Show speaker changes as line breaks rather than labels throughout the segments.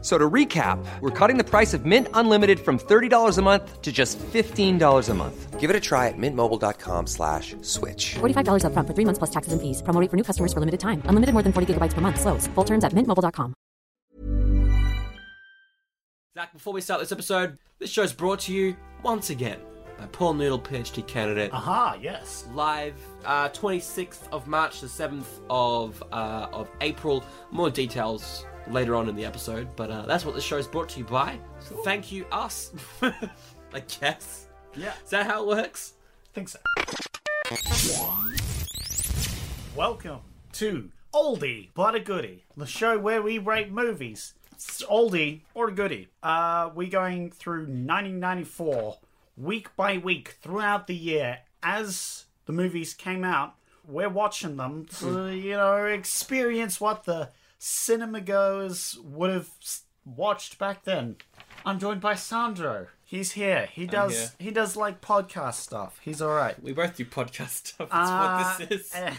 So to recap, we're cutting the price of Mint Unlimited from $30 a month to just $15 a month. Give it a try at mintmobile.com slash switch.
$45 upfront for three months plus taxes and fees. Promo rate for new customers for limited time. Unlimited more than 40 gigabytes per month. Slows. Full terms at mintmobile.com.
Zach, before we start this episode, this show's brought to you once again by Paul Noodle, PhD candidate.
Aha, yes.
Live, uh, 26th of March, the 7th of uh, of April. More details later on in the episode, but uh, that's what the show's brought to you by. So thank you, us. I guess.
Yeah.
Is that how it works?
think so. Welcome to Oldie But a Goodie, the show where we rate movies. It's oldie or a goodie. Uh, we're going through 1994, week by week, throughout the year, as the movies came out. We're watching them to, you know, experience what the cinemagoers would have s- watched back then. I'm joined by Sandro. He's here. He does.
here.
He does like podcast stuff. He's all right.
We both do podcast stuff. That's
Uh,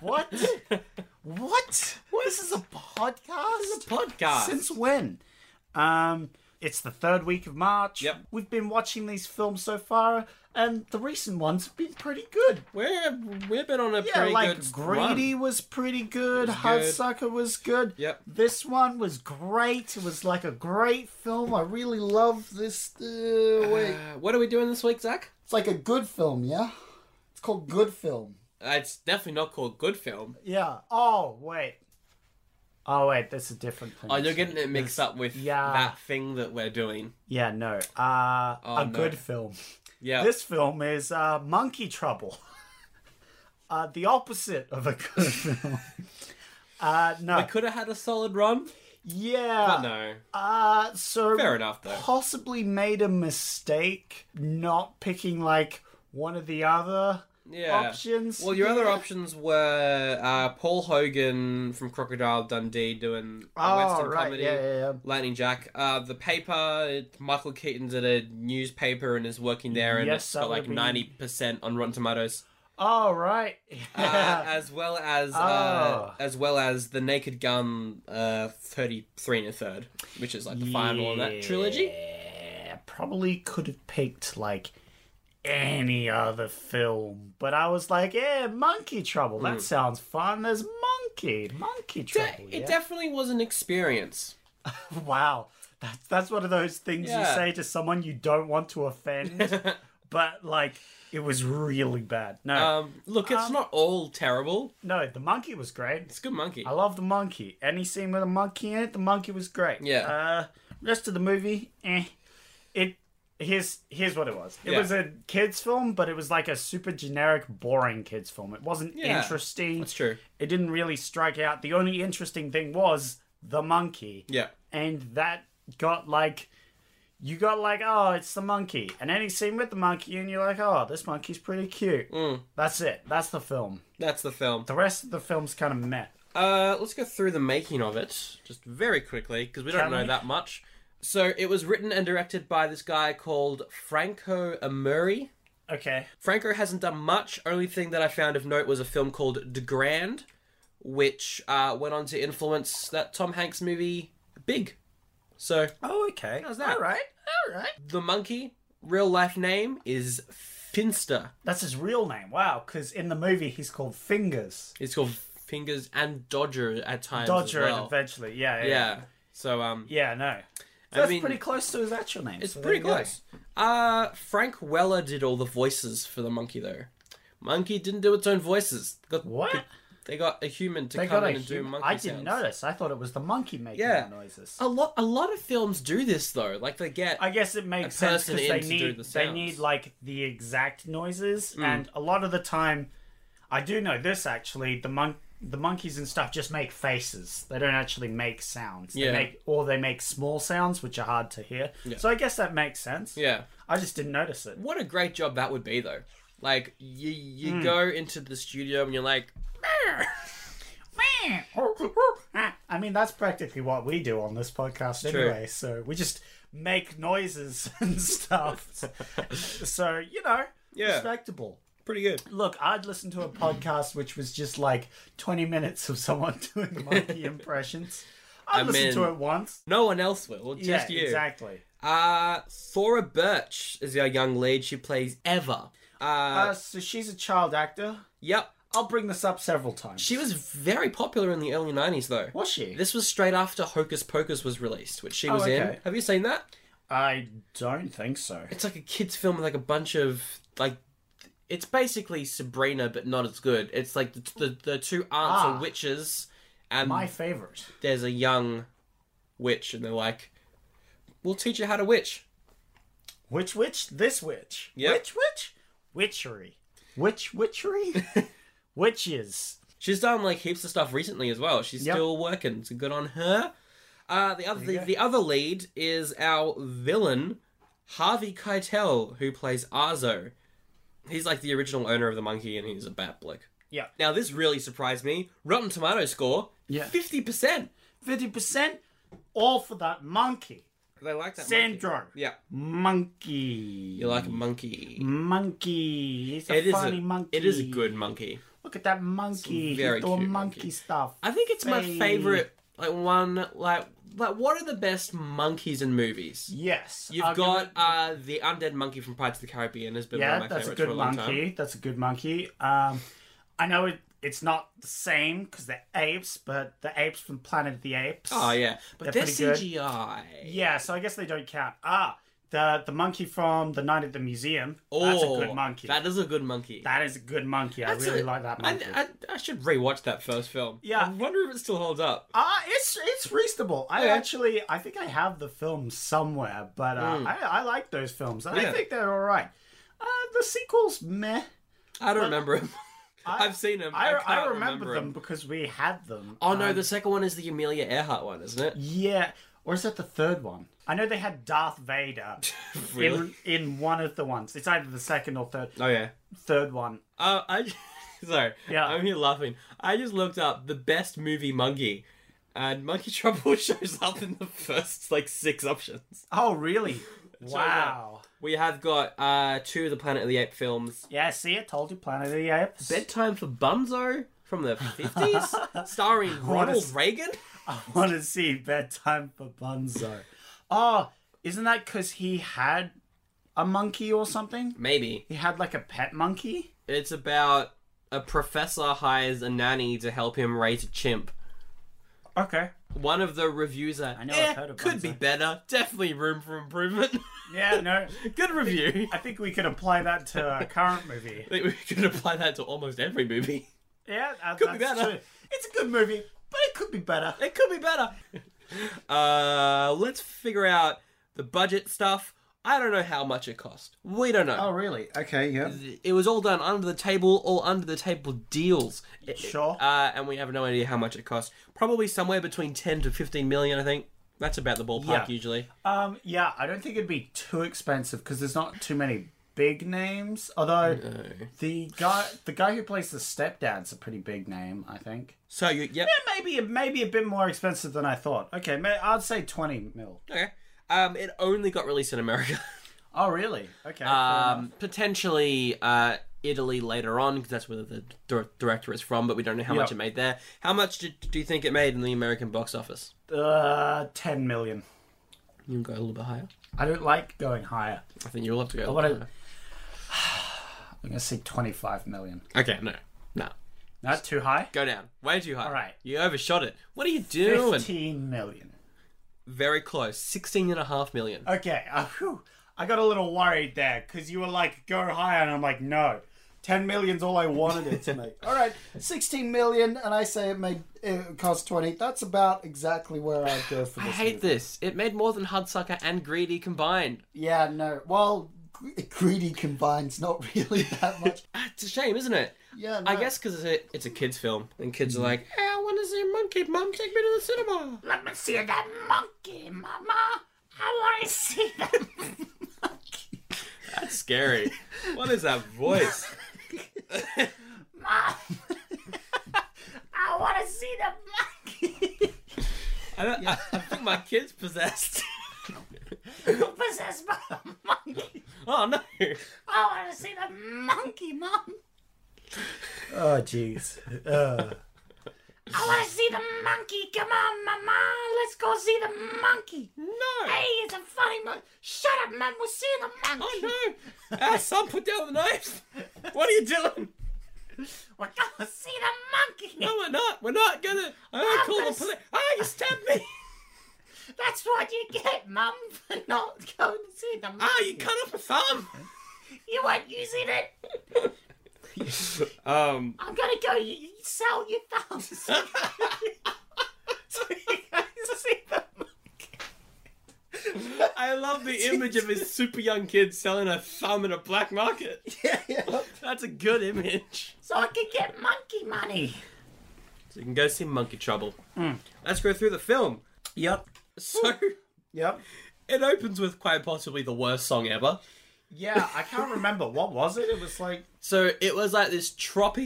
what this is.
eh. What? what? This is a podcast?
podcast.
Since when? Um, it's the third week of March.
Yep.
We've been watching these films so far, and the recent ones have been pretty good.
we're we've been on a
Yeah,
pretty
like
good
Greedy
run.
was pretty good.
was good.
Hudsucker was good.
Yep.
This one was great. It was like a great film. I really love this. Uh, wait,
Uh, what are we doing this week, Zach?
it's like a good film. Yeah, it's called Good Film.
Uh, it's definitely not called Good Film.
Yeah. Oh wait. Oh wait, that's a different thing.
Oh, you're getting it mixed up with
yeah.
that thing that we're doing.
Yeah, no. Uh,
Oh,
a
no.
good film.
Yeah.
This film is uh, Monkey Trouble. uh, the opposite of a good film. uh, no.
I could have had a solid run,
yeah.
but no.
Uh, so
Fair enough, though.
Possibly made a mistake not picking like one or the other.
Yeah.
options,
Well, your other
yeah.
options were uh, Paul Hogan from Crocodile Dundee doing a
Oh,
Western
right,
comedy.
yeah, yeah, yeah.
Lightning Jack. Uh, the paper, it, Michael Keaton's at a newspaper and is working there, and
Yes,
it's
that
got
would
like
be-
90% on Rotten Tomatoes.
Oh right.
Uh, as well as
Oh.
uh, as well as the Naked Gun uh, thirty three and a third, which is like the final in that trilogy.
I probably could have picked like any other film, but I was like, yeah, Monkey Trouble. That sounds fun. There's monkey, monkey
De-
trouble.
Hmm. it
yeah?
definitely was an experience.
wow, that's that's one of those things
Yeah.
you say to someone you don't want to offend, but like it was really bad. No,
Um, look, it's not all terrible.
no, the monkey was great.
It's a good monkey.
I love the monkey. Any scene with a monkey in it, the monkey was great.
Yeah.
Uh, rest of the movie, eh. It here's here's what it was. It
Yeah.
was a kids film, but it was like a super generic, boring kids film. It wasn't
Yeah,
interesting.
that's true.
It didn't really strike out. The only interesting thing was the monkey.
Yeah.
And that got like you got like, oh, it's the monkey. And any scene with the monkey and you're like, oh, this monkey's pretty cute.
Mm.
That's it. That's the film.
That's the film.
The rest of the film's kind of meh.
Uh, let's go through the making of it just very quickly because we don't
Can
know
we?
that much. So it was written and directed by this guy called Franco Amuri.
Okay.
Franco hasn't done much. Only thing that I found of note was a film called De Grand, which uh, went on to influence that Tom Hanks movie Big. So
Oh, okay.
How's that?
All right. All right.
the monkey real life name is Finster.
That's his real name. Wow. Because in the movie, he's called Fingers.
It's called Fingers and Dodger at times.
Dodger
as well.
and eventually. Yeah. Yeah. Yeah,
Yeah. So um
Yeah, no.
I
that's
mean-
pretty close to his actual name.
it's
so there
pretty
you go.
close. Uh Frank Weller did all the voices for the monkey though. Monkey didn't do its own voices. Got,
What?
They got a human to
They
come
got a
in and do
human.
monkey
I didn't
sounds.
notice. I thought it was the monkey making
Yeah. Oh,
the noises.
A lot a lot of films do this though. Like they get
I guess it makes sense
person
because
in
they
to do
need
the
they
sounds. Mm.
need like the exact noises, and a lot of the time, I do know this actually. The monk, the monkeys and stuff just make faces. They don't actually make sounds.
Yeah.
They make or they make small sounds which are hard to hear. So I guess that makes sense.
Yeah.
I just didn't notice it.
What a great job that would
Hmm.
be though. Like you you go into the studio and you're like
I mean, that's practically what we do on this podcast
True.
anyway. So we just make noises and stuff. so, you know,
Yeah.
respectable.
Pretty good.
Look, I'd listen to a podcast which was just like 20 minutes of someone doing monkey impressions. I,
I
listened to
mean-
it once.
No one else will, just
yeah,
you.
exactly.
Uh, Thora Birch is our young lead. She plays Eva. Uh,
Uh, so she's a child actor.
yep.
I'll bring this up several times.
She was very popular in the early 90s, though.
Was she?
This was straight after Hocus Pocus was released, which she was in.
Oh, okay.
Have you seen that?
I don't think so.
It's like a kids' film with like a bunch of like. It's basically Sabrina, but not as good. It's like the the, the two aunts
Ah.
are witches, and
My favorite.
there's a young witch, and they're like, "We'll teach you how to witch."
Which witch? This witch.
Yep.
Which witch? Witchery. Witch witchery? Witches.
She's done like heaps of stuff recently as well. She's
Yep.
still working, so good on her. Uh, the other the, the other lead is our villain, Harvey Keitel, who plays Arzo. He's like the original owner of the monkey, and he's a bat bloke.
Yeah.
Now this really surprised me. Rotten Tomato score,
Yeah.
fifty percent.
50% all for that monkey.
They like that.
Sandro.
Monkey. Yeah,
Monkey.
you like a monkey.
Monkey. He's a
It is
Mm. funny
a
monkey.
It is a good monkey.
Look at that monkey.
It's a very
He's doing
cute
monkey,
monkey.
stuff.
I think it's my
Hey.
favorite. Like one, like like what are the best monkeys in movies?
Yes.
You've
I'll give
got
it-
uh, the undead monkey from Pirates of the Caribbean has been one
Yeah,
of my
that's a
favorites
good
for a long
monkey.
time.
That's a good monkey. Um, I know it, it's not the same because they're apes, but the apes from Planet of the Apes.
Oh yeah, but they're,
They're pretty good.
CGI.
Yeah, so I guess they don't count. Ah, the the monkey from the night at the museum.
Oh,
that's a good monkey.
That is a good monkey.
that is a good monkey. I
That's
really
a-
like that
I-
monkey.
I, I should rewatch that first film.
Yeah.
I wonder if it still holds up.
Ah, it's it's reasonable. I
Yeah.
actually I think I have the film somewhere, but uh, I I like those films. and I
Hmm. Yeah.
think they're all right. Uh, the sequels, meh.
I don't remember him. I've seen him.
I,
I, can't
I remember,
him.
them because we had them.
Oh no, the second one is the Amelia Earhart one, isn't it?
Yeah, or is that the third one? I know they had Darth Vader
Really?
in in one of the ones. It's either the second or third
Oh yeah.
third one.
Uh, I sorry.
Yeah.
I'm here laughing. I just looked up the best movie monkey, and Monkey Trouble shows up in the first like six options.
Oh, really? wow.
We have got uh two of the Planet of the Apes films.
Yeah, see, I told you, Planet of the Apes.
Bedtime for Bunzo from the fifties, starring
What
Ronald
is-
Reagan.
I want to see Bedtime for Bunzo. Oh, isn't that because he had a monkey or something?
Maybe
He had like a pet monkey?
it's about a professor hires a nanny to help him raise a chimp.
Okay.
One of the reviews are, I
know,
know
I've heard of
could be
Bunzo."
better. Definitely room for improvement.
Yeah, no.
Good review.
I think we could apply that to our current movie.
I think we could apply that to almost every movie.
Yeah, that,
Could be
that's
better.
true. It's a good movie, but it could be better.
It could be better. Uh, let's figure out the budget stuff. I don't know how much it cost. We don't know.
Oh, really? Okay, yeah.
It was all done under the table, all under the table deals. It-
Sure.
Uh, and we have no idea how much it cost. Probably somewhere between 10 to 15 million, I think. That's about the ballpark
Yeah.
usually.
Um, yeah, I don't think it'd be too expensive because there's not too many big names. Although the guy, the guy who plays the stepdad's a pretty big name, I think.
So, you, yep.
Yeah, maybe maybe a bit more expensive than I thought. Okay, may, I'd say twenty mil.
Okay. Um, it only got released in America.
Oh, really? Okay. fair enough.
um, potentially uh, Italy later on because that's where the dir- director is from, but we don't know how much
Yep.
it made there. How much did, do you think it made in the American box office?
uh, ten million.
You can go a little bit higher.
I don't like going higher.
I think you'll have to go. a
I
little
want
bit
to. I'm gonna say twenty-five million.
higher. Okay, no, no,
Not too high.
go down, way too high. All
right.
you overshot it. What are you doing?
Fifteen million.
Very close, sixteen and a half million.
Okay. Uh, whew. I got a little worried there because you were like, go higher. And I'm like, no. 10 million's all I wanted it to make. all right. 16 million. And I say it made it cost 20. That's about exactly where I'd go for
I
this.
hate this. It made more than Hudsucker and Greedy combined.
yeah, no. Well, gr- greedy combines not really that much.
Ah, It's a shame, isn't it?
Yeah,
I
no. Mm.
guess because it's a, it's a kids' film, and kids are like, "Ah, hey, "I want to see a monkey, mum. Take me to the cinema."
Let me see that monkey, mama. I want to see that monkey.
That's scary. what is that voice?
I I want to see the
I, don't, I, I think my kid's possessed.
monkey possessed by the monkey.
oh no!
I want to see the monkey, mom. Oh, jeez. Uh. I want to see the monkey. Come on, mama. Let's go see the monkey.
No!
Hey, it's a funny monkey. Shut up, man. We're seeing the monkey.
Oh no! Our son put down the knives. What are you doing?
We're gonna see the monkey.
No, we're not. We're not gonna. I'm gonna call the
Mampus.
police. Ah, you stabbed me.
That's what you get, mum, for not going to see the monkey.
Ah, you cut off a thumb.
You weren't using it.
Um.
I'm gonna go y- y- sell your thumbs. so you guys see the monkey.
I love the image of his super young kid selling a thumb in a black market. That's a good image.
So I can get monkey money.
So you can go see Monkey Trouble. Let's go through the film.
Yep.
So
Yep.
it opens with quite possibly the worst song ever.
Yeah, I can't remember what was it. It was like,
So it was like this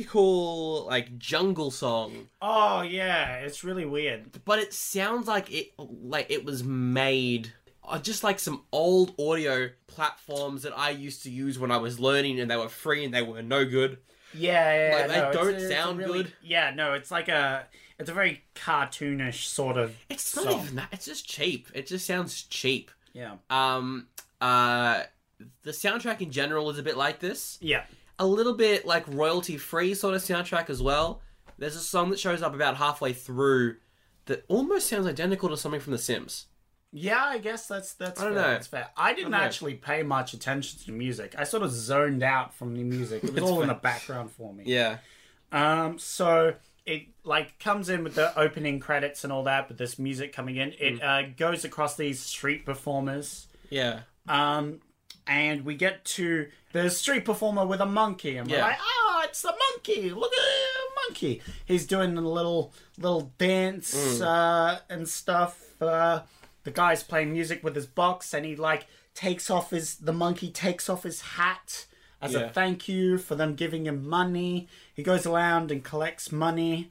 tropical, like jungle song,
oh yeah, it's really weird.
but it sounds like it, like it was made. uh, Just like some old audio platforms that I used to use when I was learning, and they were free and they were no good.
Yeah, yeah.
Like, they
no, it's-
don't
it's a
sound
really-
good.
Yeah, no, it's like a, it's a very cartoonish sort of.
It's not
song.
even that. It's just cheap. It just sounds cheap.
Yeah.
Um, uh, the soundtrack in general is a bit like this.
Yeah.
A little bit like royalty free sort of soundtrack as well. There's a song that shows up about halfway through that almost sounds identical to something from The Sims.
Yeah, I guess that's that's
I don't
fair.
know.
That's fair. I didn't
know.
actually pay much attention to the music. I sort of zoned out from the music. It was all in the background for me.
Yeah.
Um, so it like comes in with the opening credits and all that, but this music coming in,
Mm.
it uh, goes across these street performers.
Yeah.
Um, and we get to the street performer with a monkey, and we're
Yeah.
like, "Oh, it's the monkey! Look at the monkey! He's doing a little little dance
Mm.
uh, and stuff." Uh, the guy's playing music with his box, and he like takes off his the monkey takes off his hat as
Yeah.
a thank you for them giving him money. He goes around and collects money.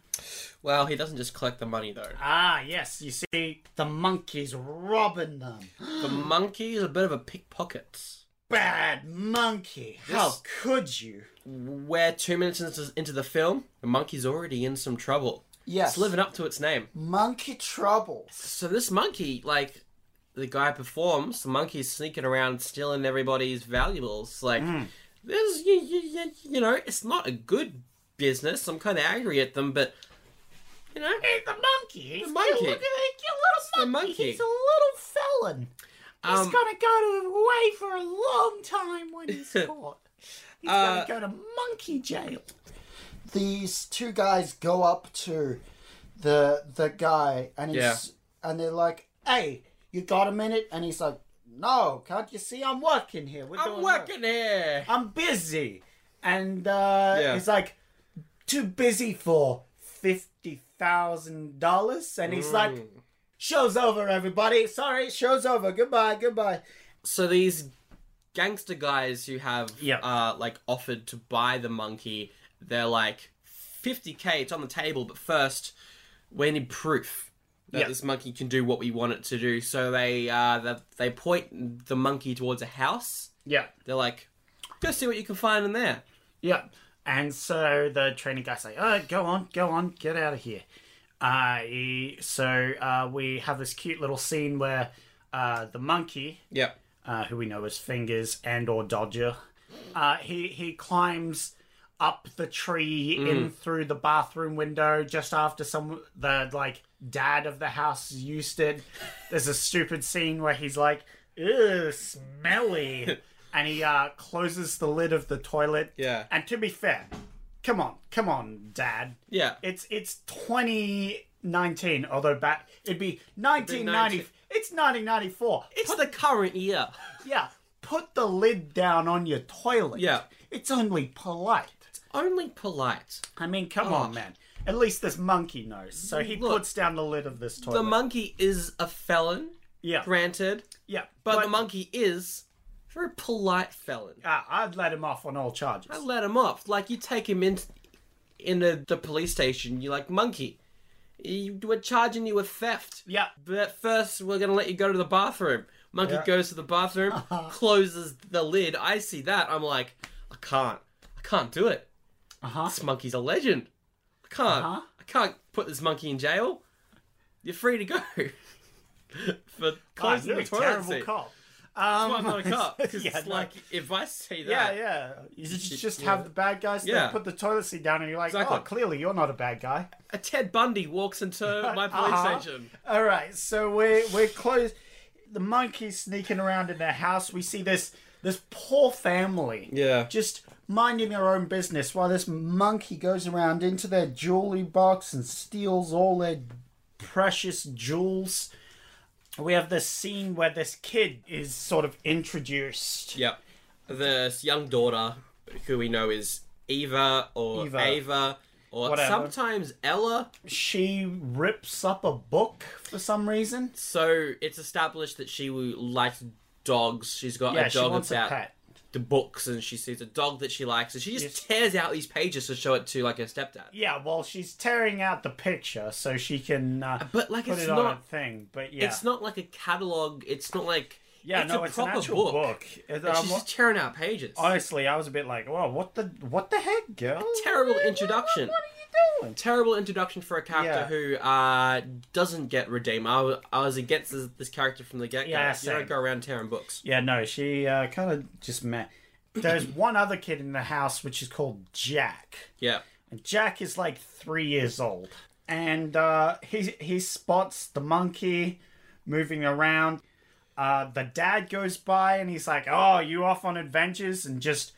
Well, he doesn't just collect the money though.
Ah, yes, you see, the monkey's robbing them.
The monkey is a bit of a pickpocket.
Bad monkey! How could you?
We're two minutes into- into the film. The monkey's already in some trouble.
Yes.
It's living up to its name.
Monkey trouble.
So this monkey, like the guy performs, the monkey's sneaking around stealing everybody's valuables. Like
Hmm.
this, you, you, you, you know, it's not a good business. I'm kind of angry at them, but you know,
Hey, the monkey. He's
The monkey.
Look at that
the
little monkey.
monkey.
He's a little felon. He's
Um,
gonna go away for a long time when he's caught. He's
Uh,
gonna go to monkey jail. These two guys go up to the the guy and he's and they're like, "Hey, you got a minute?" And he's like, "No, can't you see I'm working here? We're
I'm
doing work."
working here.
I'm busy. And uh,
Yeah.
he's like, too busy for $50,000. And he's like, show's over, everybody. Sorry, show's over. Goodbye, goodbye.
So these gangster guys who have
Yeah.
uh, like offered to buy the monkey, they're like 50k. It's on the table, but first we need proof that
Yeah.
this monkey can do what we want it to do. So they uh, they, they point the monkey towards a house.
Yeah,
They're like, go see what you can find in there.
yeah. And so the training guy's like, oh, go on, go on, get out of here. Uh, he, so uh, we have this cute little scene where uh, the monkey
Yep.
uh, who we know as Fingers and or Dodger. Uh, he he climbs up the tree in through the bathroom window just after some the like dad of the house used it. There's a stupid scene where he's like, "Ew, smelly," and he uh, closes the lid of the toilet.
Yeah.
And to be fair, come on, come on, Dad.
Yeah.
It's it's 2019, although back it'd be 1990.
19.
It's 1994.
It's the current year.
Yeah, put the lid down on your toilet.
Yeah.
It's only polite.
Only polite.
I mean, come on, man. At least this monkey knows. So he
Oh. Look.
puts down the lid of this toilet.
The monkey is a felon,
yeah.
granted,
yeah.
but, the monkey is a very polite felon.
uh, Ah, I'd let him off on all charges.
I let him off. Like you take him in, in a, the police station, you're like, monkey, you, we're charging you with theft.
Yeah.
But first, we're going to let you go to the bathroom. Monkey goes to the bathroom, closes the lid. I see that. I'm like, I can't. I can't do it. Uh-huh. This monkey's a legend. I can't.
Uh-huh.
I can't put this monkey in jail. You're free to go. For
God,
closing
you're a
the toilet
terrible
seat.
cop.
That's why I'm not a cop. 'cause
Yeah,
it's
no.
like, if I say that,
Yeah, yeah. You just, just have the bad guys there,
Yeah.
put the toilet seat down, and you're like,
Exactly.
oh, clearly you're not a bad guy.
a Ted Bundy walks into my police
Uh-huh.
station.
All right, so we're we're close. The monkey's sneaking around in their house. We see this this poor family,
Yeah.
just minding their own business while this monkey goes around into their jewelry box and steals all their precious jewels. We have this scene where this kid is sort of introduced.
Yep. This young daughter, who we know is Eva or
Eva.
Ava, or
Whatever.
sometimes Ella.
She rips up a book for some reason.
So it's established that she likes dogs. She's got
Yeah,
a
she
dog
wants
about
a pet.
the books, and she sees a dog that she likes, and she just tears out these pages to show it to like her stepdad.
Yeah, well, she's tearing out the picture so she can uh,
But, like,
put
it's
it on
not-
a thing. But yeah,
It's not like a catalog. It's not like
Yeah,
it's
no,
a
it's an
proper
actual
book.
book. It-
And
um,
she's just tearing out pages.
Honestly, I was a bit like, "Whoa, what the what the heck, girl?
Terrible introduction.
What are you doing?"
terrible introduction for a character
Yeah.
who uh, doesn't get redeemed. I, wa- I was against this, this character from the get go.
Yeah,
you
same.
don't go around tearing books.
Yeah, no, she uh, kind of just met. There's one other kid in the house which is called Jack,
Yeah.
and Jack is like three years old, and uh, he he spots the monkey moving around. Uh, the dad goes by and he's like, "Oh, you off on adventures?" and just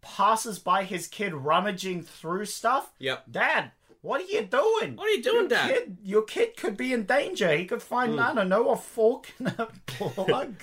passes by his kid rummaging through stuff.
Yep.
Dad, what are you doing?
What are you doing,
your
Dad? Hmm.
Kid, your kid could be in danger. He could find, I don't know, a fork and a plug.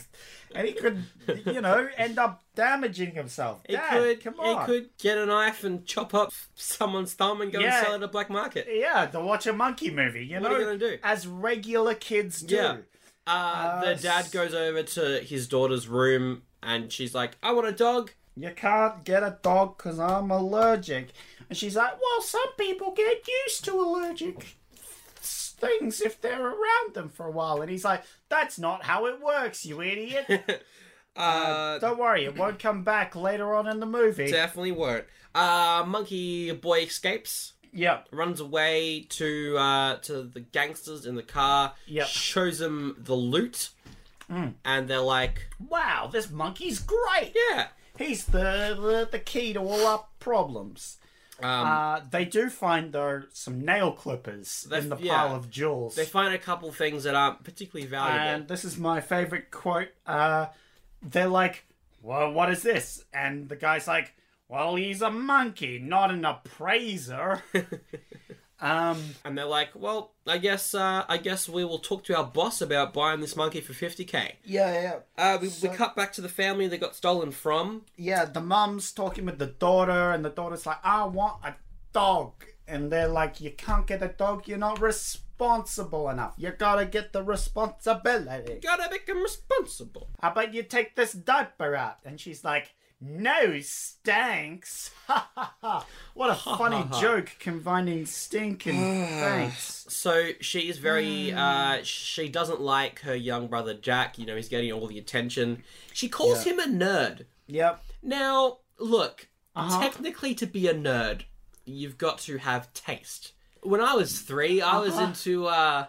and he could, you know, end up damaging himself.
It
Dad,
could
come
it
on.
could get a knife and chop up someone's thumb and go
Yeah.
and sell it at a black market.
Yeah, to watch a monkey movie, you
What
know?
are you gonna do?
As regular kids do.
Yeah. Uh, the dad goes over to his daughter's room and she's like, I want a dog.
You can't get a dog because I'm allergic. And she's like, well, some people get used to allergic things if they're around them for a while. And he's like, that's not how it works, you idiot.
Uh,
Don't worry, it won't come back later on in the movie.
definitely won't. Uh, monkey boy escapes.
Yep.
runs away to uh, to the gangsters in the car.
Yep. Mm.
Shows them the loot, and they're like,
Wow, this monkey's great.
"Yeah,
He's the, the the key to all our problems.
Um,
uh, they do find though some nail clippers in the
yeah.
pile of jewels.
they find a couple things that aren't particularly valuable."
and this is my favorite quote. Uh, they're like, "Well, what is this?" And the guy's like, "Well, he's a monkey, not an appraiser." um,
And they're like, "Well, I guess uh, I guess we will talk to our boss about buying this monkey for fifty k."
yeah, yeah.
Uh, we, we cut back to the family they got stolen from.
yeah, the mum's talking with the daughter, and the daughter's like, I want a dog. And they're like, You can't get a dog, you're not responsible enough. You gotta get the responsibility.
Gotta make them responsible.
How about you take this diaper out? And she's like, No, stinks. what a funny joke combining stink and thanks.
So she is very. Uh, she doesn't like her young brother Jack. You know, he's getting all the attention. She calls him a nerd.
Yep.
Now, look,
Uh-huh.
technically, to be a nerd, you've got to have taste. When I was three, I was
Uh-huh.
into uh,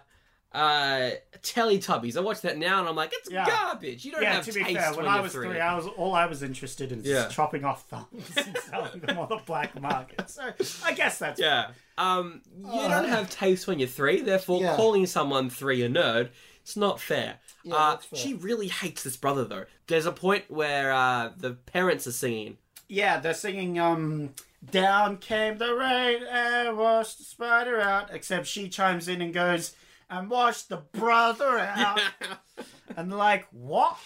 uh, Teletubbies. I watch that now and I'm like, it's
Yeah.
garbage. You don't
Yeah,
have
to be
taste
fair, when,
when,
I
you're
was
three.
three, I was all I was interested in is
Yeah.
chopping off thumbs and selling them on the black market. So I guess that's
Yeah. Um, you don't have taste when you're three, therefore,
Uh. Yeah.
calling someone three a nerd, it's not fair. uh, She really hates this brother, though. There's a point where uh, the parents are singing.
Yeah, they're singing um Down came the rain and washed the spider out except she chimes in and goes and washed the brother out and like what?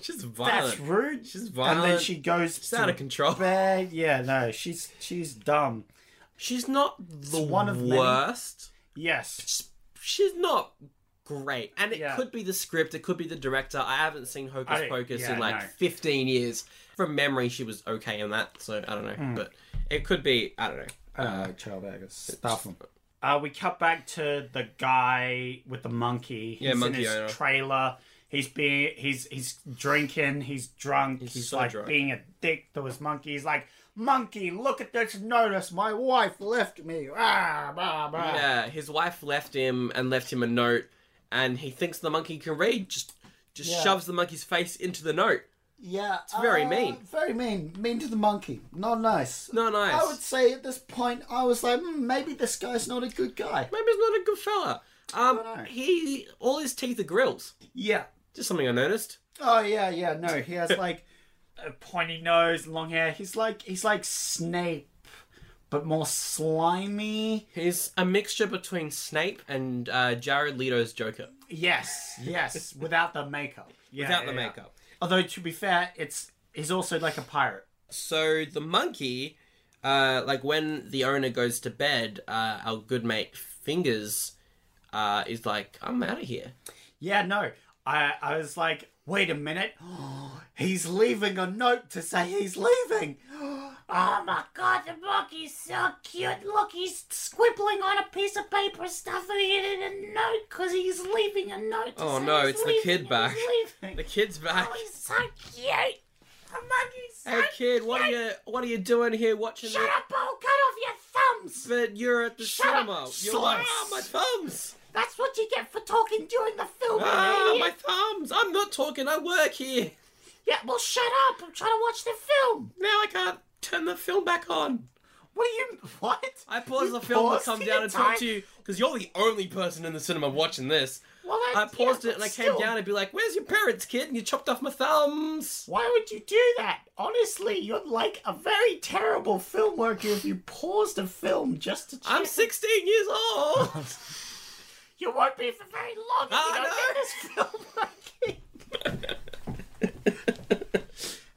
She's
That's
violent.
rude.
She's
And then
violent.
she goes
She's out of control.
bed. Yeah, no, she's she's dumb.
She's not the
one
one
of
of
many.
worst.
Yes.
she's not great. And it
Yeah.
could be the script, it could be the director. I haven't seen Hocus
I-
Pocus
yeah,
in like
no. Hmm.
15 years. From memory, she was okay in that, so I don't know. But it could be, I don't know.
I don't like child actors. Stuff 'em.
Uh, we cut back to the guy with the monkey. He's
Yeah, monkey
in his
owner.
trailer. He's being he's he's drinking. He's drunk. He's,
so
like
drunk.
being a dick to his monkey. He's like, monkey, look at this notice. My wife left me. Ah, blah, blah.
Yeah, his wife left him and left him a note, and he thinks the monkey can read. Just, just shoves the monkey's face into the note.
Yeah, it's
very mean.
Very mean, mean to the monkey. Not nice.
Not nice.
I would say at this point, I was like, mm, maybe this guy's not a good guy.
Maybe he's not a good fella. Um, he all his teeth are grills.
yeah.
Just something I noticed.
Oh yeah, yeah. No, he has like
A pointy nose, long hair. He's like he's like Snape, but more slimy.
He's a mixture between Snape and uh, Jared Leto's Joker
Yes, yes. without the makeup. Yeah,
without the
yeah, yeah.
makeup.
Although to be fair, it's he's also like a pirate.
So the monkey, uh, like when the owner goes to bed, uh, our good mate Fingers uh, is like, "I'm out of here."
Yeah, no. I I was like, wait a minute. he's leaving a note to say he's leaving. oh my god, the monkey's so cute. Look, he's squibbling on a piece of paper, stuffing it in a note because he's leaving a note. To
Oh
say
no,
he's
it's the
leaving,
kid
he's
back.
leaving.
The kid's back.
Oh, he's so cute. The monkey's so
Hey kid, what are
cute.
you what are you doing here watching
Shut up, I'll cut off your
the
thumbs.
But you're at the
Shut up,
cinema. You're like,
sluts.
ah, my thumbs.
That's what you get for talking during the film. you
Ah,
idiot.
my thumbs. I'm not talking. I work here.
Yeah, well, shut up. I'm trying to watch the film.
Now I can't turn the film back on.
What do you? What?
I pause
You
the film to
paused
come
the
down and talk
entire-
to you because you're the only person in the cinema watching this.
Well,
I
that's-
paused
yeah,
it and I
but
came
still,
down and be like, "Where's your parents, kid?" And you chopped off my thumbs.
Why would you do that? Honestly, you're like a very terrible film worker if you paused a film just to. Check.
I'm 16 years old.
You won't be for very long. If
Ah,
you don't
no.
get this film working.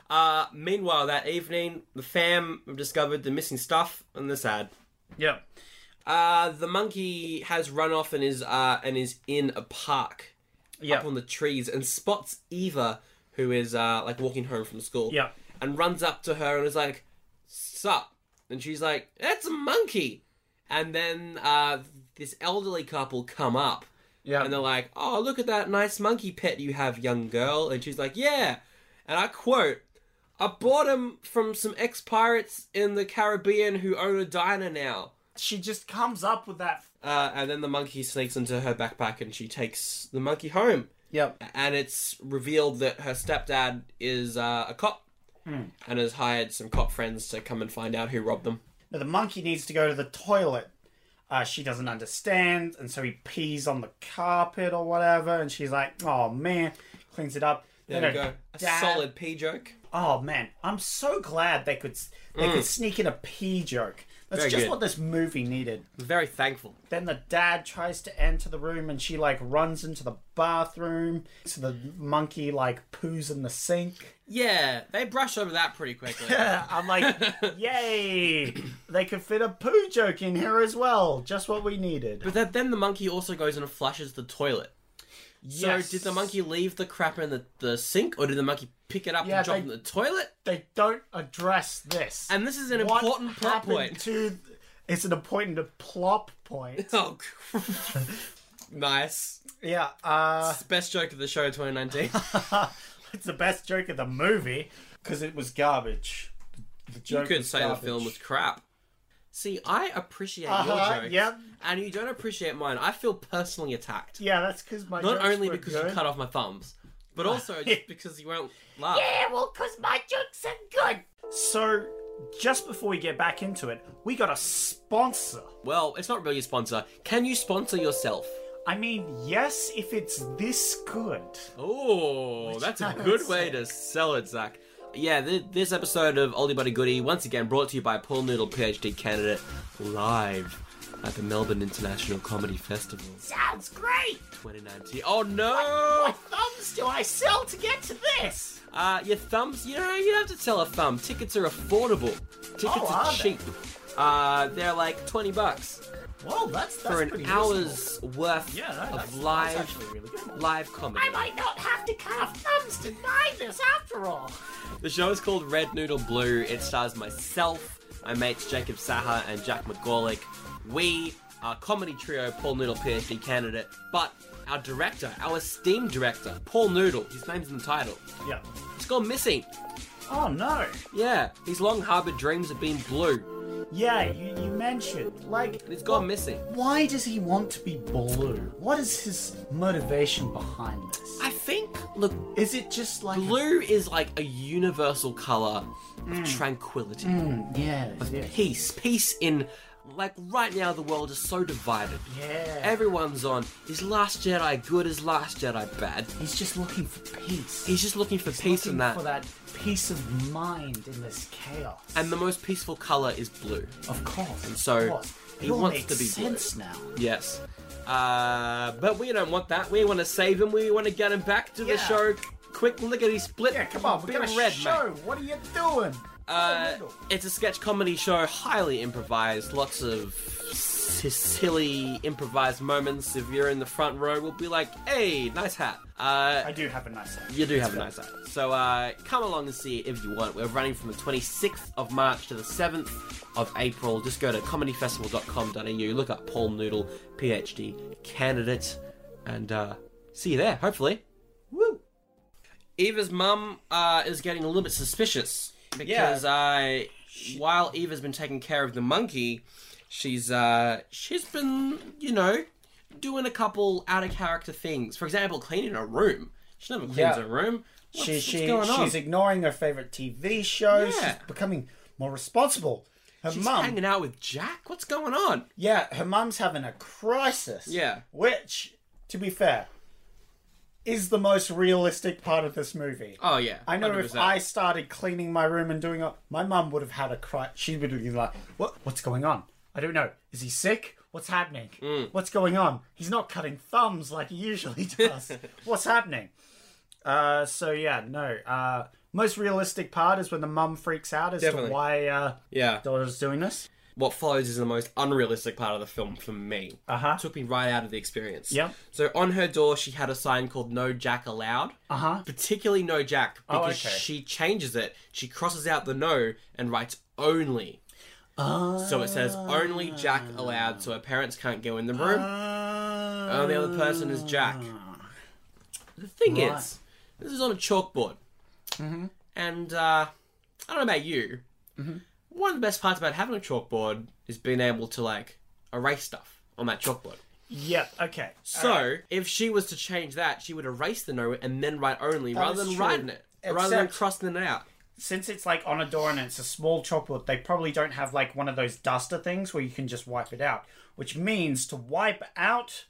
uh, meanwhile, that evening, the fam have discovered the missing stuff and they're sad.
Yeah.
Uh, the monkey has run off and is uh, and is in a park
Yeah.
up on the trees and spots Eva, who is uh, like walking home from school.
Yeah.
And runs up to her and is like, "Sup?" And she's like, "That's a monkey." And then uh, this elderly couple come up.
Yeah.
And they're like, "Oh, look at that nice monkey pet you have, young girl." And she's like, "Yeah." And I quote, "I bought him from some ex pirates in the Caribbean who own a diner now."
she just comes up with that.
Uh, and then the monkey sneaks into her backpack and she takes the monkey home.
Yep.
And it's revealed that her stepdad is uh, a cop and has hired some cop friends to come and find out who robbed them.
Now, the monkey needs to go to the toilet. Uh, she doesn't understand, and so he pees on the carpet or whatever, and she's like, "Oh man," cleans it up.
There
Then
we
her
go. A
dad-
solid P joke.
Oh man, I'm so glad they could they could sneak in a pee joke. That's
Mm. Very
just
good.
what this movie needed.
Very thankful.
Then the dad tries to enter the room and she like runs into the bathroom. So the monkey like poos in the sink. Uh,
Yeah, they brush over that pretty quickly.
I'm like, yay! They could fit a poo joke in here as well. Just what we needed.
but then- then the monkey also goes and flushes the toilet.
Yes.
So did the monkey leave the crap in the, the sink or did the monkey pick it up
Yeah,
and drop
they-
it in the toilet?
They don't address this.
And this is an
What
important plot
happened
point.
To it's an important plop point.
Oh, nice.
yeah. Uh,
Best joke of the show 2019.
It's the best joke of the movie because it was garbage. The joke
you could
was
say the
garbage.
film was crap. See, I appreciate
Uh-huh,
your jokes,
yep.
and you don't appreciate mine. I feel personally attacked.
Yeah, that's because my
Not
jokes
only
were
because
good.
you cut off my thumbs, but also just because you won't laugh.
Yeah, well, because my jokes are good. So, just before we get back into it, we got a sponsor.
Well, it's not really a sponsor. Can you sponsor yourself?
I mean, yes, if it's this good.
Oh, that's a good way to sell it, Zach. Yeah, th- this episode of Oldie Buddy Goody, once again brought to you by Paul Noodle, PhD candidate, live at the Melbourne International Comedy Festival
Sounds great.
2019. Oh no!
What thumbs do I sell to get to this?
Uh, your thumbs, you know, you don't have to sell a thumb. Tickets are affordable. Tickets
Oh,
are,
are they?
cheap. Uh, they're like 20 bucks
Well, that's, that's
for an
pretty reasonable.
hour's worth
Yeah, no, that's-
of
that's
live
actually really good.
live comedy.
might not have to cut off thumbs to buy this after all.
The show is called Red Noodle Blue. It stars myself, my mates Jacob Saha and Jack McGorlick. We are comedy trio Paul Noodle PhD candidate, but our director, our esteemed director, Paul Noodle, his name's in the title,
Yeah.
has gone missing.
Oh no.
Yeah, his long harbored dreams have been blue,
Yeah, you, you mentioned like
and it's gone missing.
Why does he want to be blue? What is his motivation behind this?
I think, look,
Is it just like
blue is like a universal color of tranquility.
Mm.
Yeah, yeah.
peace. Peace in like right now the world is so divided.
Yeah.
Everyone's on is Last Jedi good, is Last Jedi bad?
He's just looking for peace.
He's just looking for peace
looking
in that.
for that peace of mind in this chaos.
And the most peaceful color is blue.
of course, and
so
of course.
he
It all
wants
makes
to be blue.
sense now.
Yes. Uh, but we don't want that. We want to save him. We want to get him back to the
Yeah.
show. Quick lickety split.
yeah. Come on, we
Bit
got
of
a
red,
show.
mate.
What are you doing?
Uh,
Noodle.
it's a sketch comedy show, highly improvised, lots of s- silly improvised moments. If you're in the front row, we'll be like, "Hey, nice hat." Uh,
I do have a nice one.
you do have a nice hat, so uh, come along and see it if you want. We're running from the 26th of March to the 7th of April. Just go to comedyfestival.com.au, look up Paul Noodle, PhD candidate, and uh, see you there. Hopefully, woo. Eva's mum uh, is getting a little bit suspicious because uh, while Eva's been taking care of the monkey, she's uh, she's been you know doing a couple out of character things. For example, cleaning her room. She never cleans
Yeah.
her room. What's,
She,
what's
she,
going on?
she's ignoring her favorite TV shows.
Yeah.
She's becoming more responsible. Her
She's
mum,
hanging out with Jack. What's going on?
yeah, her mum's having a crisis.
Yeah.
which, to be fair, is the most realistic part of this movie.
Oh yeah,
I know if
100%.
I started cleaning my room and doing all, my mum would have had a cry. She would have been like, "What?
What's going on? I don't know. Is he sick? What's happening? What's going on? He's not cutting thumbs like he usually does. What's happening? Uh, so yeah, no. Uh, most realistic part is when the mum freaks out as
Definitely.
to why uh,
yeah.
daughter's doing this.
what follows is the most unrealistic part of the film for me. Uh
Uh-huh.
Took me right out of the experience.
Yep.
So on her door, she had a sign called "No Jack Allowed." Uh huh. Particularly "No Jack" because
Uh-huh. Oh, okay.
she changes it. She crosses out the "No" and writes "Only." So it says "Only Jack Allowed," so her parents can't go in the room.
Uh,
Only other person is Jack. The thing is, this is on a chalkboard,
Mm-hmm.
and uh, I don't know about you one of the best parts about having a chalkboard is being able to like erase stuff on that chalkboard.
Yep. Okay.
So if she was to change that, she would erase the no and then write only rather
is
than
true.
writing it, rather than
Except-
crossing it out.
since it's like on a door and it's a small chalkboard, they probably don't have like one of those duster things where you can just wipe it out. Which means to wipe out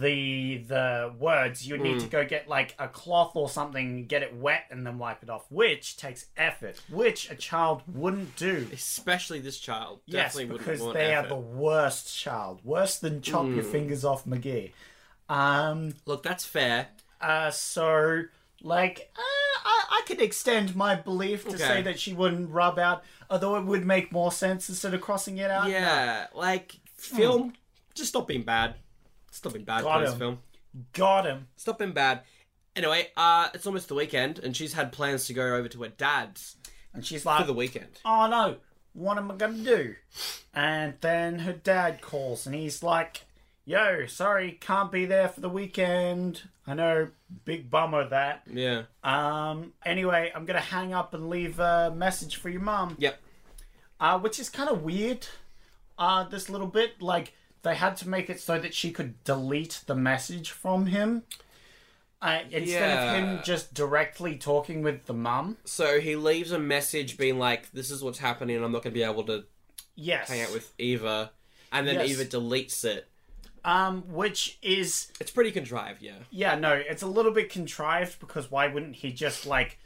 the the words, you need to
Hmm.
go get like a cloth or something, get it wet, and then wipe it off, which takes effort, which a child wouldn't do.
Especially this child
Yes,
definitely
because
wouldn't want
they
effort. Hmm.
are the worst child, worse than chop your fingers off McGee. Um,
Look, that's fair.
uh, so, like, uh, I, I could extend my belief to
Okay.
say that she wouldn't rub out, although it would make more sense instead of crossing it out.
Yeah, like film, just stop being bad. Stop being bad,
Got
please,
him.
film.
Got him.
Stop being bad. Anyway, uh, it's almost the weekend, and she's had plans to go over to her dad's
And she's
for
like,
the weekend.
oh no, what am I going to do? And then her dad calls and he's like, yo, sorry, can't be there for the weekend. I know, big bummer that.
Yeah.
Um, anyway, I'm going to hang up and leave a message for your mum.
Yep.
uh, which is kind of weird. Uh, this little bit, like they had to make it so that she could delete the message from him uh, instead
Yeah.
of him just directly talking with the mum.
So he leaves a message being like, "This is what's happening. I'm not going to be able to
Yes,
hang out with Eva," and then
Yes.
Eva deletes it.
um, which is
It's pretty contrived, yeah.
yeah, no, it's a little bit contrived because why wouldn't he just like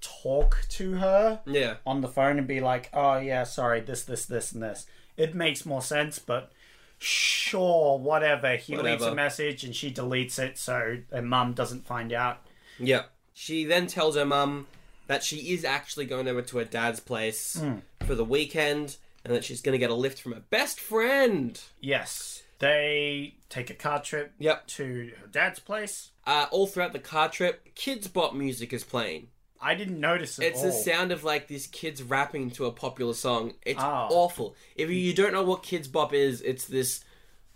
talk to her
Yeah,
on the phone and be like, oh yeah, sorry, this, this, this, and this. It makes more sense, but sure, whatever. He leaves
Whatever.
a message and she deletes it so her mum doesn't find out.
yeah. She then tells her mum that she is actually going over to her dad's place
Hmm.
for the weekend, and that she's going to get a lift from her best friend.
Yes. They take a car trip
Yep.
to her dad's place.
Uh, all throughout the car trip, Kids Bop music is playing.
I didn't notice it.
It's the sound of like these kids rapping to a popular song. It's
Ah.
awful. If you don't know what Kids Bop is, it's this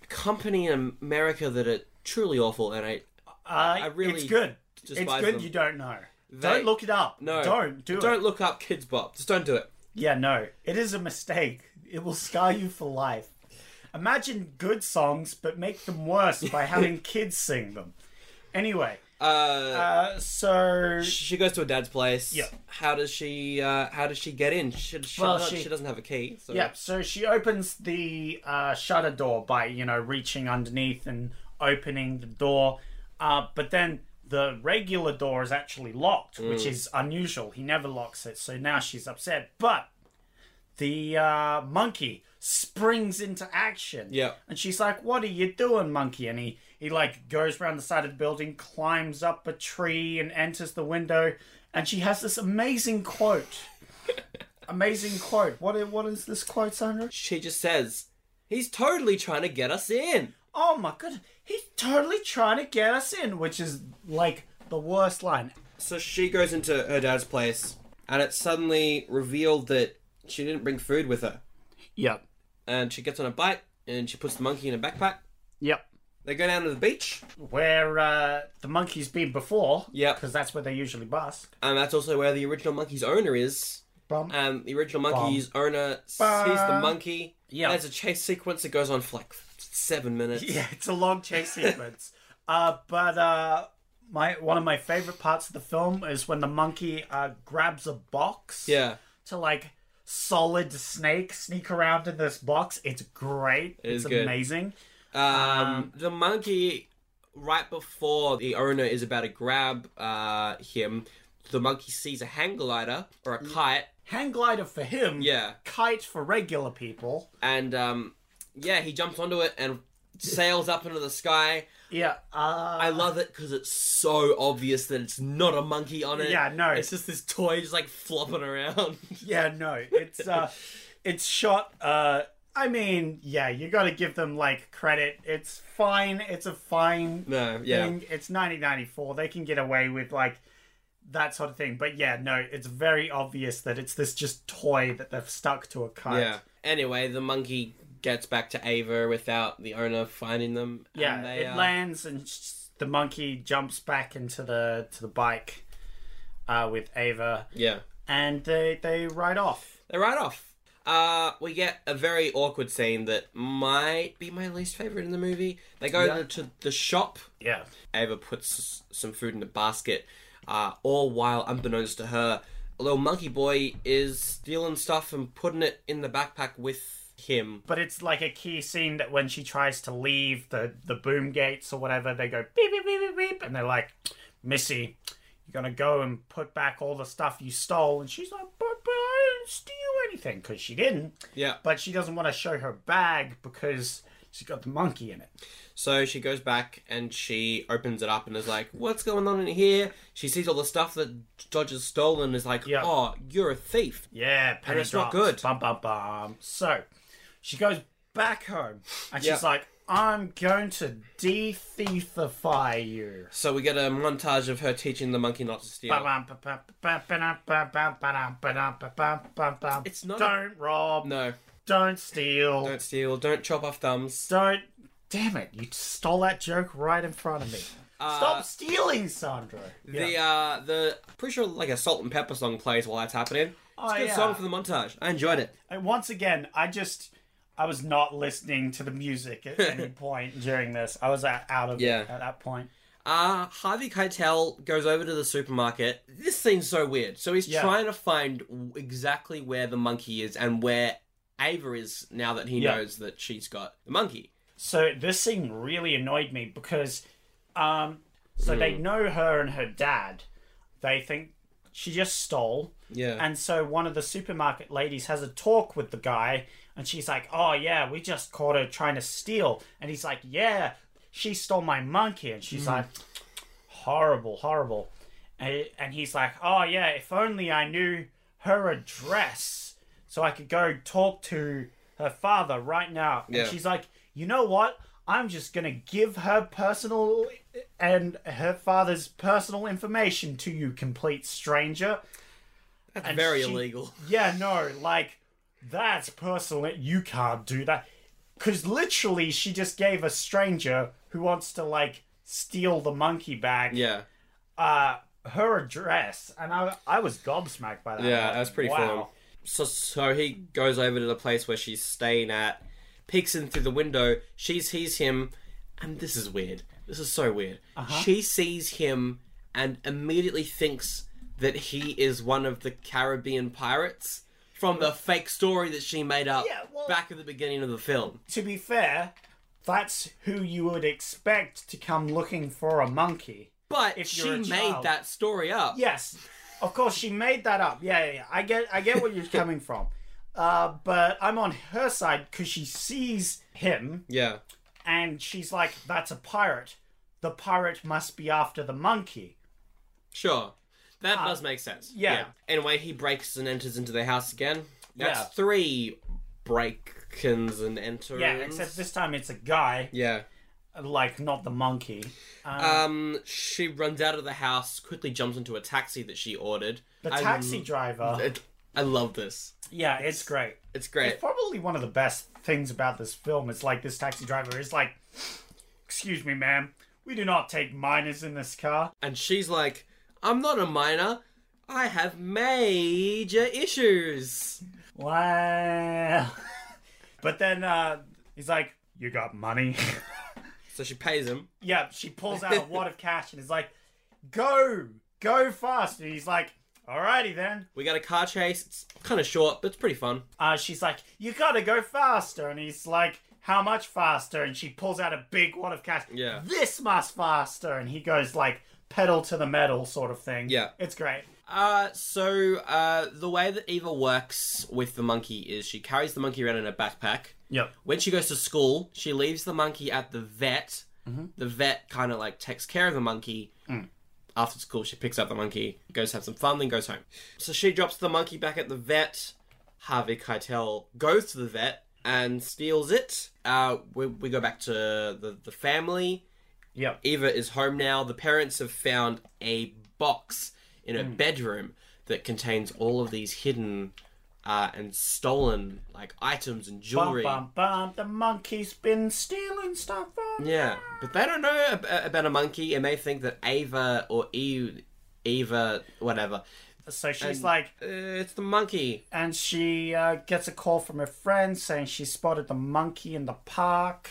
company in America that are truly awful, and I I really
it's good. It's
despise
good.
them.
You don't know.
They-
don't look it up.
no
don't do
Don't
it.
look up Kids Bop. Just don't do it.
Yeah, no. It is a mistake. It will scar you for life. Imagine good songs, but make them worse by having kids sing them. Anyway,
Uh,
uh, so
she goes to her dad's place.
Yeah.
How does she? Uh, how does she get in? She, she,
Well,
not-
she-
she doesn't have a key. So.
yeah, so she opens the uh, shutter door by you know reaching underneath and opening the door, uh, but then the regular door is actually locked, which is unusual. He never locks it, so now she's upset. But the uh, monkey springs into action.
Yeah.
And she's like, What are you doing, monkey? And he, he like goes around the side of the building, climbs up a tree, and enters the window. And she has this amazing quote. amazing quote. What, i- what is this quote, Sandra?
She just says, "He's totally trying to get us in."
Oh my god, he's totally trying to get us in, which is like the worst line.
So she goes into her dad's place, and it's suddenly revealed that she didn't bring food with her.
Yep.
And she gets on a bike, and she puts the monkey in a backpack.
Yep.
They go down to the beach,
Where uh, the monkey's been before.
Yep.
Because that's where they usually bust.
and that's also where the original monkey's owner is.
Bum.
And the original monkey's owner sees the monkey.
Yeah.
There's a chase sequence that goes on for like seven minutes.
Yeah, it's a long chase sequence. uh, but uh, my one of my favorite parts of the film is when the monkey uh, grabs a box
Yeah.
to like solid snake sneak around in this box. It's great.
is
it's
good.
amazing.
Um, the monkey, right before the owner is about to grab uh, him, the monkey sees a hang glider or
Mm.
a kite,
Hang glider for him.
Yeah.
Kite for regular people.
and um, yeah, he jumps onto it and sails up into the sky.
Yeah. Uh,
I love it because it's so obvious that it's not a monkey on it.
Yeah, no.
it's just this toy just like flopping around.
yeah. No. It's uh, it's shot. Uh, I mean, yeah. You got to give them like credit. It's fine. It's a fine.
no, yeah,
thing. It's 1994. They can get away with like that sort of thing. But yeah, no, it's very obvious that it's this just toy that they've stuck to a kite.
yeah. Anyway, the monkey gets back to Ava without the owner finding them.
Yeah,
and they,
it
uh,
lands and sh- the monkey jumps back into the to the bike uh, with Ava,
Yeah.
and they they ride off.
They ride off. Uh, we get a very awkward scene that might be my least favorite in the movie. They go to the shop.
Yeah,
Ava puts s- some food in a basket. Uh, all while, unbeknownst to her, a little monkey boy is stealing stuff and putting it in the backpack with him.
but it's like a key scene that when she tries to leave the the boom gates or whatever, they go beep beep beep beep beep, and they're like, Missy, you're gonna go and put back all the stuff you stole, and she's like, but, but I didn't steal anything because she didn't,
Yeah.
but she doesn't want to show her bag because she's got the monkey in it.
So she goes back and she opens it up and is like, "What's going on in here?" She sees all the stuff that Dodger's stolen. And is like,
Yeah.
"Oh, you're a thief."
Yeah, penny
it's not
drops.
good.
Bum bum bum. So she goes back home, and
Yeah.
she's like, I'm going to de-thiefify you.
So we get a montage of her teaching the monkey not to steal.
It's
It's not a-
Don't rob.
No.
Don't steal.
Don't steal. Don't chop off thumbs.
Don't- Damn it! You stole that joke right in front of me. Stop stealing, Sandro.
The uh the pretty sure like a salt and pepper song plays while that's happening. It's
Oh,
a good
yeah.
song for the montage. I enjoyed it.
And once again, I just I was not listening to the music at any point during this. I was out out of
Yeah.
it at that point.
Uh Harvey Keitel goes over to the supermarket. This seems so weird. So he's
Yeah.
trying to find w- exactly where the monkey is and where Ava is now that he
Yeah.
knows that she's got the monkey.
So this scene really annoyed me because, um, so they know her and her dad. They think she just stole.
Yeah.
And so one of the supermarket ladies has a talk with the guy, and she's like, "Oh yeah, we just caught her trying to steal," and he's like, "Yeah, she stole my monkey," and she's like, "Horrible, horrible," and, and he's like, "Oh yeah, if only I knew her address, so I could go talk to her father right now."
Yeah.
And she's like, "You know what? I'm just gonna give her personal and her father's personal information to you, complete stranger.
That's
And
very
she-
illegal.
Yeah, no, like that's personal. You can't do that because literally she just gave a stranger who wants to like steal the monkey bag
Yeah.
uh her address, and I I was gobsmacked by that.
Yeah,
Like,
that's pretty
wow.
fun. So, so he goes over to the place where she's staying at, peeks in through the window. She sees him, and this is weird. This is so weird.
Uh-huh.
She sees him and immediately thinks that he is one of the Caribbean pirates from the fake story that she made up
Yeah, well-
back at the beginning of the film.
To be fair, that's who you would expect to come looking for a monkey.
But
If
she
you're a
made
child.
that story up.
Yes, of course she made that up. Yeah, yeah, yeah. I get, I get where you're coming from. Uh, but I'm on her side because she sees him
Yeah.
and she's like, "That's a pirate. The pirate must be after the monkey."
Sure. That does make sense.
Ah, yeah.
Anyway, he breaks and enters into the house again. That's
Yeah.
three break-ins and enters.
Yeah, except this time it's a guy,
Yeah.
like not the monkey.
Um, she runs out of the house, quickly jumps into a taxi that she ordered.
The
I-
taxi driver.
It, I love this.
yeah, it's great.
It's great.
It's probably one of the best things about this film. It's like this taxi driver is like, "Excuse me, ma'am, we do not take minors in this car."
and she's like, "I'm not a minor. I have major issues."
Wow. but then uh, he's like, You got money?
So she pays him.
yeah, she pulls out a wad of cash and is like, Go, go fast. And he's like, Alrighty then.
We got a car chase. It's kind of short, but it's pretty fun.
Uh, she's like, You gotta go faster. And he's like, How much faster? And she pulls out a big wad of cash.
Yeah.
This much faster. And he goes like, Pedal to the metal sort of thing.
Yeah.
It's great.
Uh, so uh, the way that Eva works with the monkey is she carries the monkey around in her backpack.
Yep.
When she goes to school, she leaves the monkey at the vet. The vet kind of like takes care of the monkey. After school, she picks up the monkey, goes have some fun, then goes home. So she drops the monkey back at the vet. Harvey Keitel goes to the vet and steals it. Uh, we, we go back to the, the family.
Yep.
Eva is home now. The parents have found a box in
Hmm.
her bedroom that contains all of these hidden uh, and stolen like items and
Bum,
jewelry.
bum, bum. The monkey's been stealing stuff from
Yeah, but they don't know ab- uh, about a monkey, and they think that Ava or Eve, Eva, whatever.
So she's like,
Uh, it's the monkey.
and she uh, gets a call from her friend saying she spotted the monkey in the park.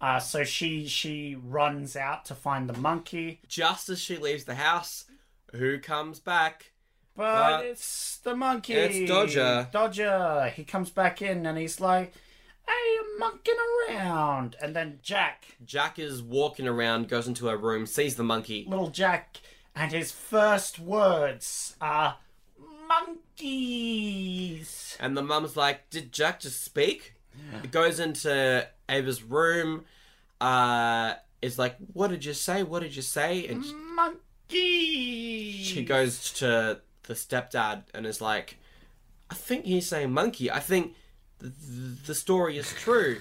Uh, so she she runs out to find the monkey,
Just as she leaves the house, who comes back?
but
But
it's the monkey.
it's Dodger.
Dodger. He comes back in and he's like, "Hey, I'm monkeying around." And then Jack,
Jack is walking around, goes into her room, sees the monkey.
little Jack, and his first words are monkeys.
And the mum's like, "Did Jack just speak?" It goes into Ava's room. Uh, is like, "What did you say? What did you say?" And
Monkeys.
she goes to the stepdad and is like, "I think he's saying monkey. I think th- th- the story is true."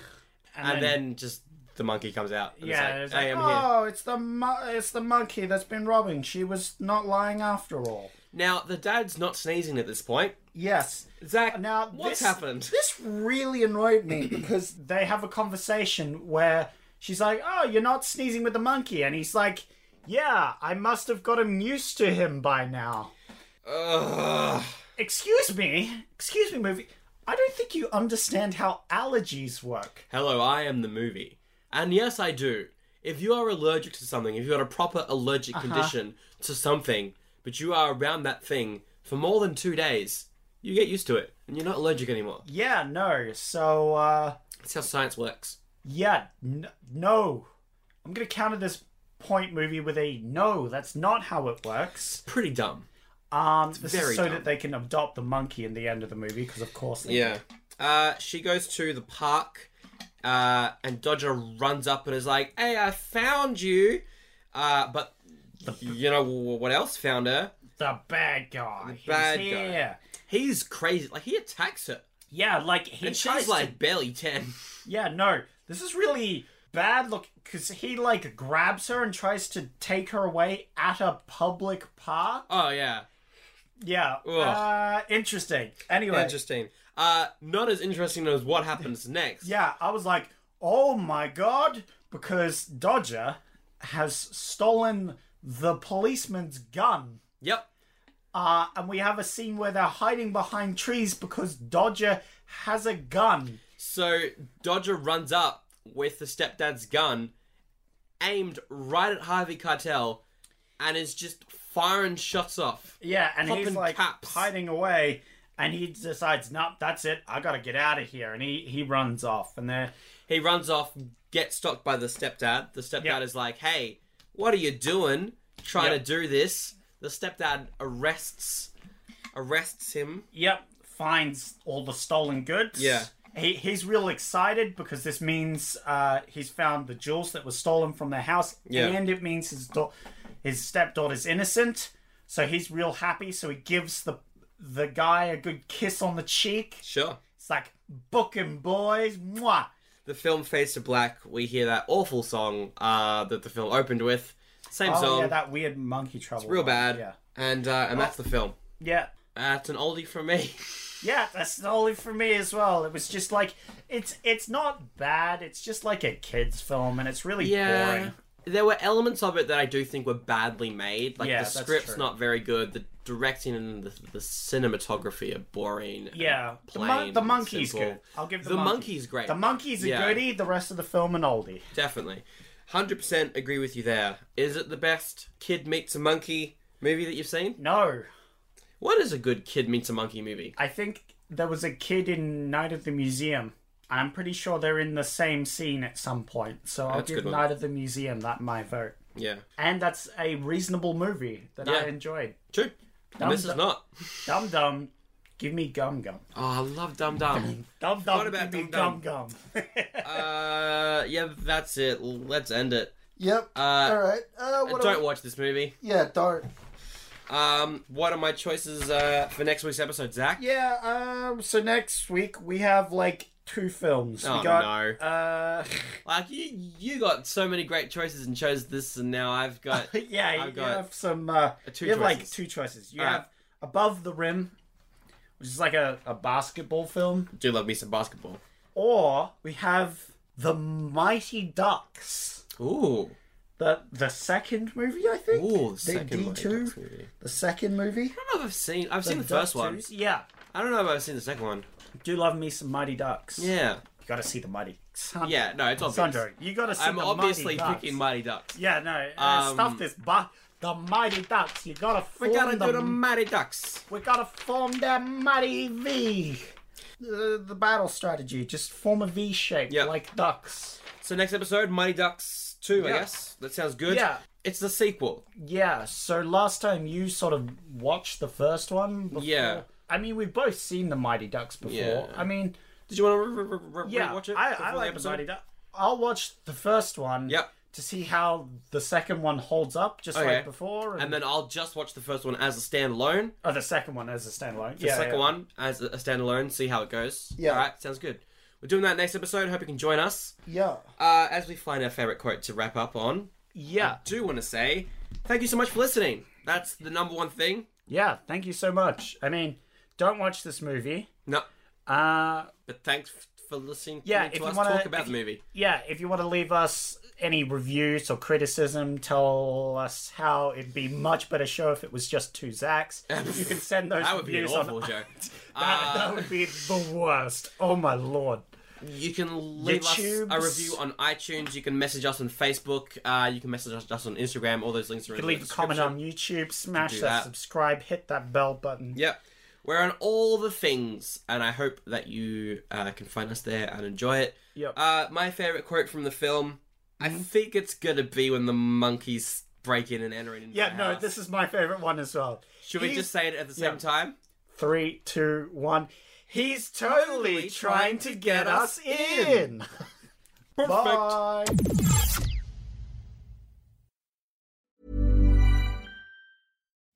and then, just the monkey comes out. And
Yeah,
it's
it's
like, "Hey, I'm
like,
here."
oh, it's the mo- it's the monkey that's been robbing. She was not lying after all.
Now the dad's not sneezing at this point.
Yes.
Zach,
Now
what's
this,
happened?
This really annoyed me because they have a conversation where she's like, "Oh, you're not sneezing with the monkey," and he's like, "Yeah, I must have got him used to him by now."
Ugh.
Excuse me, excuse me, movie. I don't think you understand how allergies work.
Hello, I am the movie, and yes, I do. If you are allergic to something, if you've got a proper allergic condition to something, but you are around that thing for more than two days, you get used to it, and you're not allergic anymore.
Yeah, no. So, uh,
That's how science works.
Yeah, n- no. I'm going to counter this point movie with a no, that's not how it works.
Pretty dumb.
Um, this
very
is so
dumb.
that they can adopt the monkey in the end of the movie, because of course they
Yeah. Uh, she goes to the park, uh, and Dodger runs up and is like, "Hey, I found you!" Uh, but you know wh- what else found her?
The bad guy. The
bad guy.
He's here.
He's crazy. Like he attacks her,
Yeah, like, he
and
tries
she's
to-
like barely ten.
Yeah, no. This is really bad look because he like grabs her and tries to take her away at a public park.
Oh yeah,
Yeah, uh, interesting. Anyway,
interesting. Uh, not as interesting as what happens next.
yeah, I was like, oh my god, because Dodger has stolen the policeman's gun.
Yep.
Uh, and we have a scene where they're hiding behind trees because Dodger has a gun.
So Dodger runs up with the stepdad's gun, aimed right at Harvey Cartel, and is just firing shots off.
Yeah, and he's
Popping
like
caps.
hiding away, and he decides, nope, that's it. I gotta get out of here, and he he runs off, and they're
He runs off, gets stopped by the stepdad. The stepdad is like, "Hey, what are you doing? Trying
Yep.
to do this?" The stepdad arrests arrests him.
Yep, finds all the stolen goods.
Yeah.
He, he's real excited because this means uh, he's found the jewels that were stolen from their house,
Yeah.
and it means his da- his stepdaughter's innocent. So he's real happy. So he gives the the guy a good kiss on the cheek.
Sure.
It's like book him, boys, mwah.
The film fades to black. We hear that awful song uh, that the film opened with. Same
Oh
song,
yeah, that weird monkey trouble.
real
one.
bad.
Yeah, Oh.
And uh, and that's the film.
yeah.
That's an oldie for me.
Yeah, that's the only for me as well. It was just like it's it's not bad. It's just like a kids film, and it's really boring.
There were elements of it that I do think were badly made. Like
Yeah,
the
that's
script's
true.
not very good. The directing and the, the cinematography are boring. and
Yeah, the, mon-
plain
the
and
monkey's
simple.
good. I'll give the,
The
monkey.
monkey's great.
The monkey's a
Yeah.
goodie. The rest of the film an oldie.
Definitely. 100% agree with you there. Is it the best kid meets a monkey movie that you've seen?
No,
What is a good kid meets a monkey movie?
I think there was a kid in Night of the Museum. I'm pretty sure they're in the same scene at some point. So I'll
That's a
give
good one.
Night of the Museum that my vote.
Yeah.
And that's a reasonable movie that I
Yeah.
enjoyed.
True. And this is
Dum-
not.
Dum Dum, give me Gum Gum.
Oh, I love Dum Dum.
Dum Dum,
about
give me
Dum
Gum Gum.
uh, yeah, that's it. Let's end it. Uh,
Yep. All right. Uh, what
Don't
do
watch this movie.
we- yeah, don't.
Um, what are my choices uh, for next week's episode, Zach?
Yeah. Um. So next week we have like two films.
Oh
we got,
no!
Uh.
Like you, you got so many great choices and chose this, and now I've got
Yeah,
I've
you
got-
have some. Uh,
two
you have like
choices.
two choices. You
Alright.
have Above the Rim, which is like a, a basketball film,
do love me some basketball.
or we have The Mighty Ducks,
Ooh,
the the second movie, I think.
ooh,
the
second Mighty
D2,
Ducks movie.
The second movie.
I don't know if I've seen. I've seen the
Duck
first one.
twos. Yeah.
I don't know if I've seen the second one.
Do love me some Mighty Ducks.
Yeah,
You gotta see the Mighty. Sun-
yeah. No, it's obvious.
Sandro, you gotta see
I'm
the
obviously
Mighty Ducks.
picking Mighty Ducks.
Yeah, no. Uh,
Um,
stuff this, but the Mighty Ducks. You gotta form
We gotta
the
do the Mighty Ducks.
We gotta form that mighty V. The, the battle strategy, just form a V shape
Yeah.
like ducks.
So next episode, Mighty Ducks two. I
Yeah.
guess that sounds good.
Yeah.
it's the sequel.
Yeah, so last time you sort of watched the first one. Before.
Yeah.
I mean, we've both seen the Mighty Ducks before.
Yeah.
I mean,
Did you want to re- re- re-
yeah,
watch it?
I,
before
I like the
episode?
Mighty Ducks. I'll watch the first one
Yep.
to see how the second one holds up, just
Okay.
like before.
Oh, And then I'll just watch the first one as a standalone.
oh, the second one as a standalone.
The second one as a standalone. See how it goes.
Yeah.
All right. Sounds good. We're doing that next episode. Hope you can join us
Yeah.
uh, as we find our favorite quote to wrap up on.
Yeah,
Do want to say thank you so much for listening. That's the number one thing.
yeah, thank you so much. I mean, don't watch this movie.
No,
Uh,
but thanks f- for listening
Yeah,
to
if
us
you wanna-
talk about
if
the
you-
movie.
yeah, if you want to leave us any reviews or criticism, tell us how it'd be much better show if it was just two Zacks. you can send those
That would be an
reviews
awful Uh,
on.
show.
That, that would be the worst. Oh my lord.
You can leave us a
YouTubes.
review on iTunes. You can message us on Facebook. Uh, you can message us us on Instagram. All those links are
You
in
can
the
leave a comment
description.
on YouTube, smash
do
that,
that.
subscribe, hit that bell button.
Yeah. We're on all the things, and I hope that you uh, can find us there and enjoy it.
Yep. Mm-hmm.
Uh, my favorite quote from the film, I think it's gonna be when the monkeys break in and enter in. into
Yeah,
the
no,
house.
this is my favorite one as well.
Should we
He's-
just say it at the same
yeah.
time?
Three, two, one. He's totally trying to get us in.
Perfect.
Bye.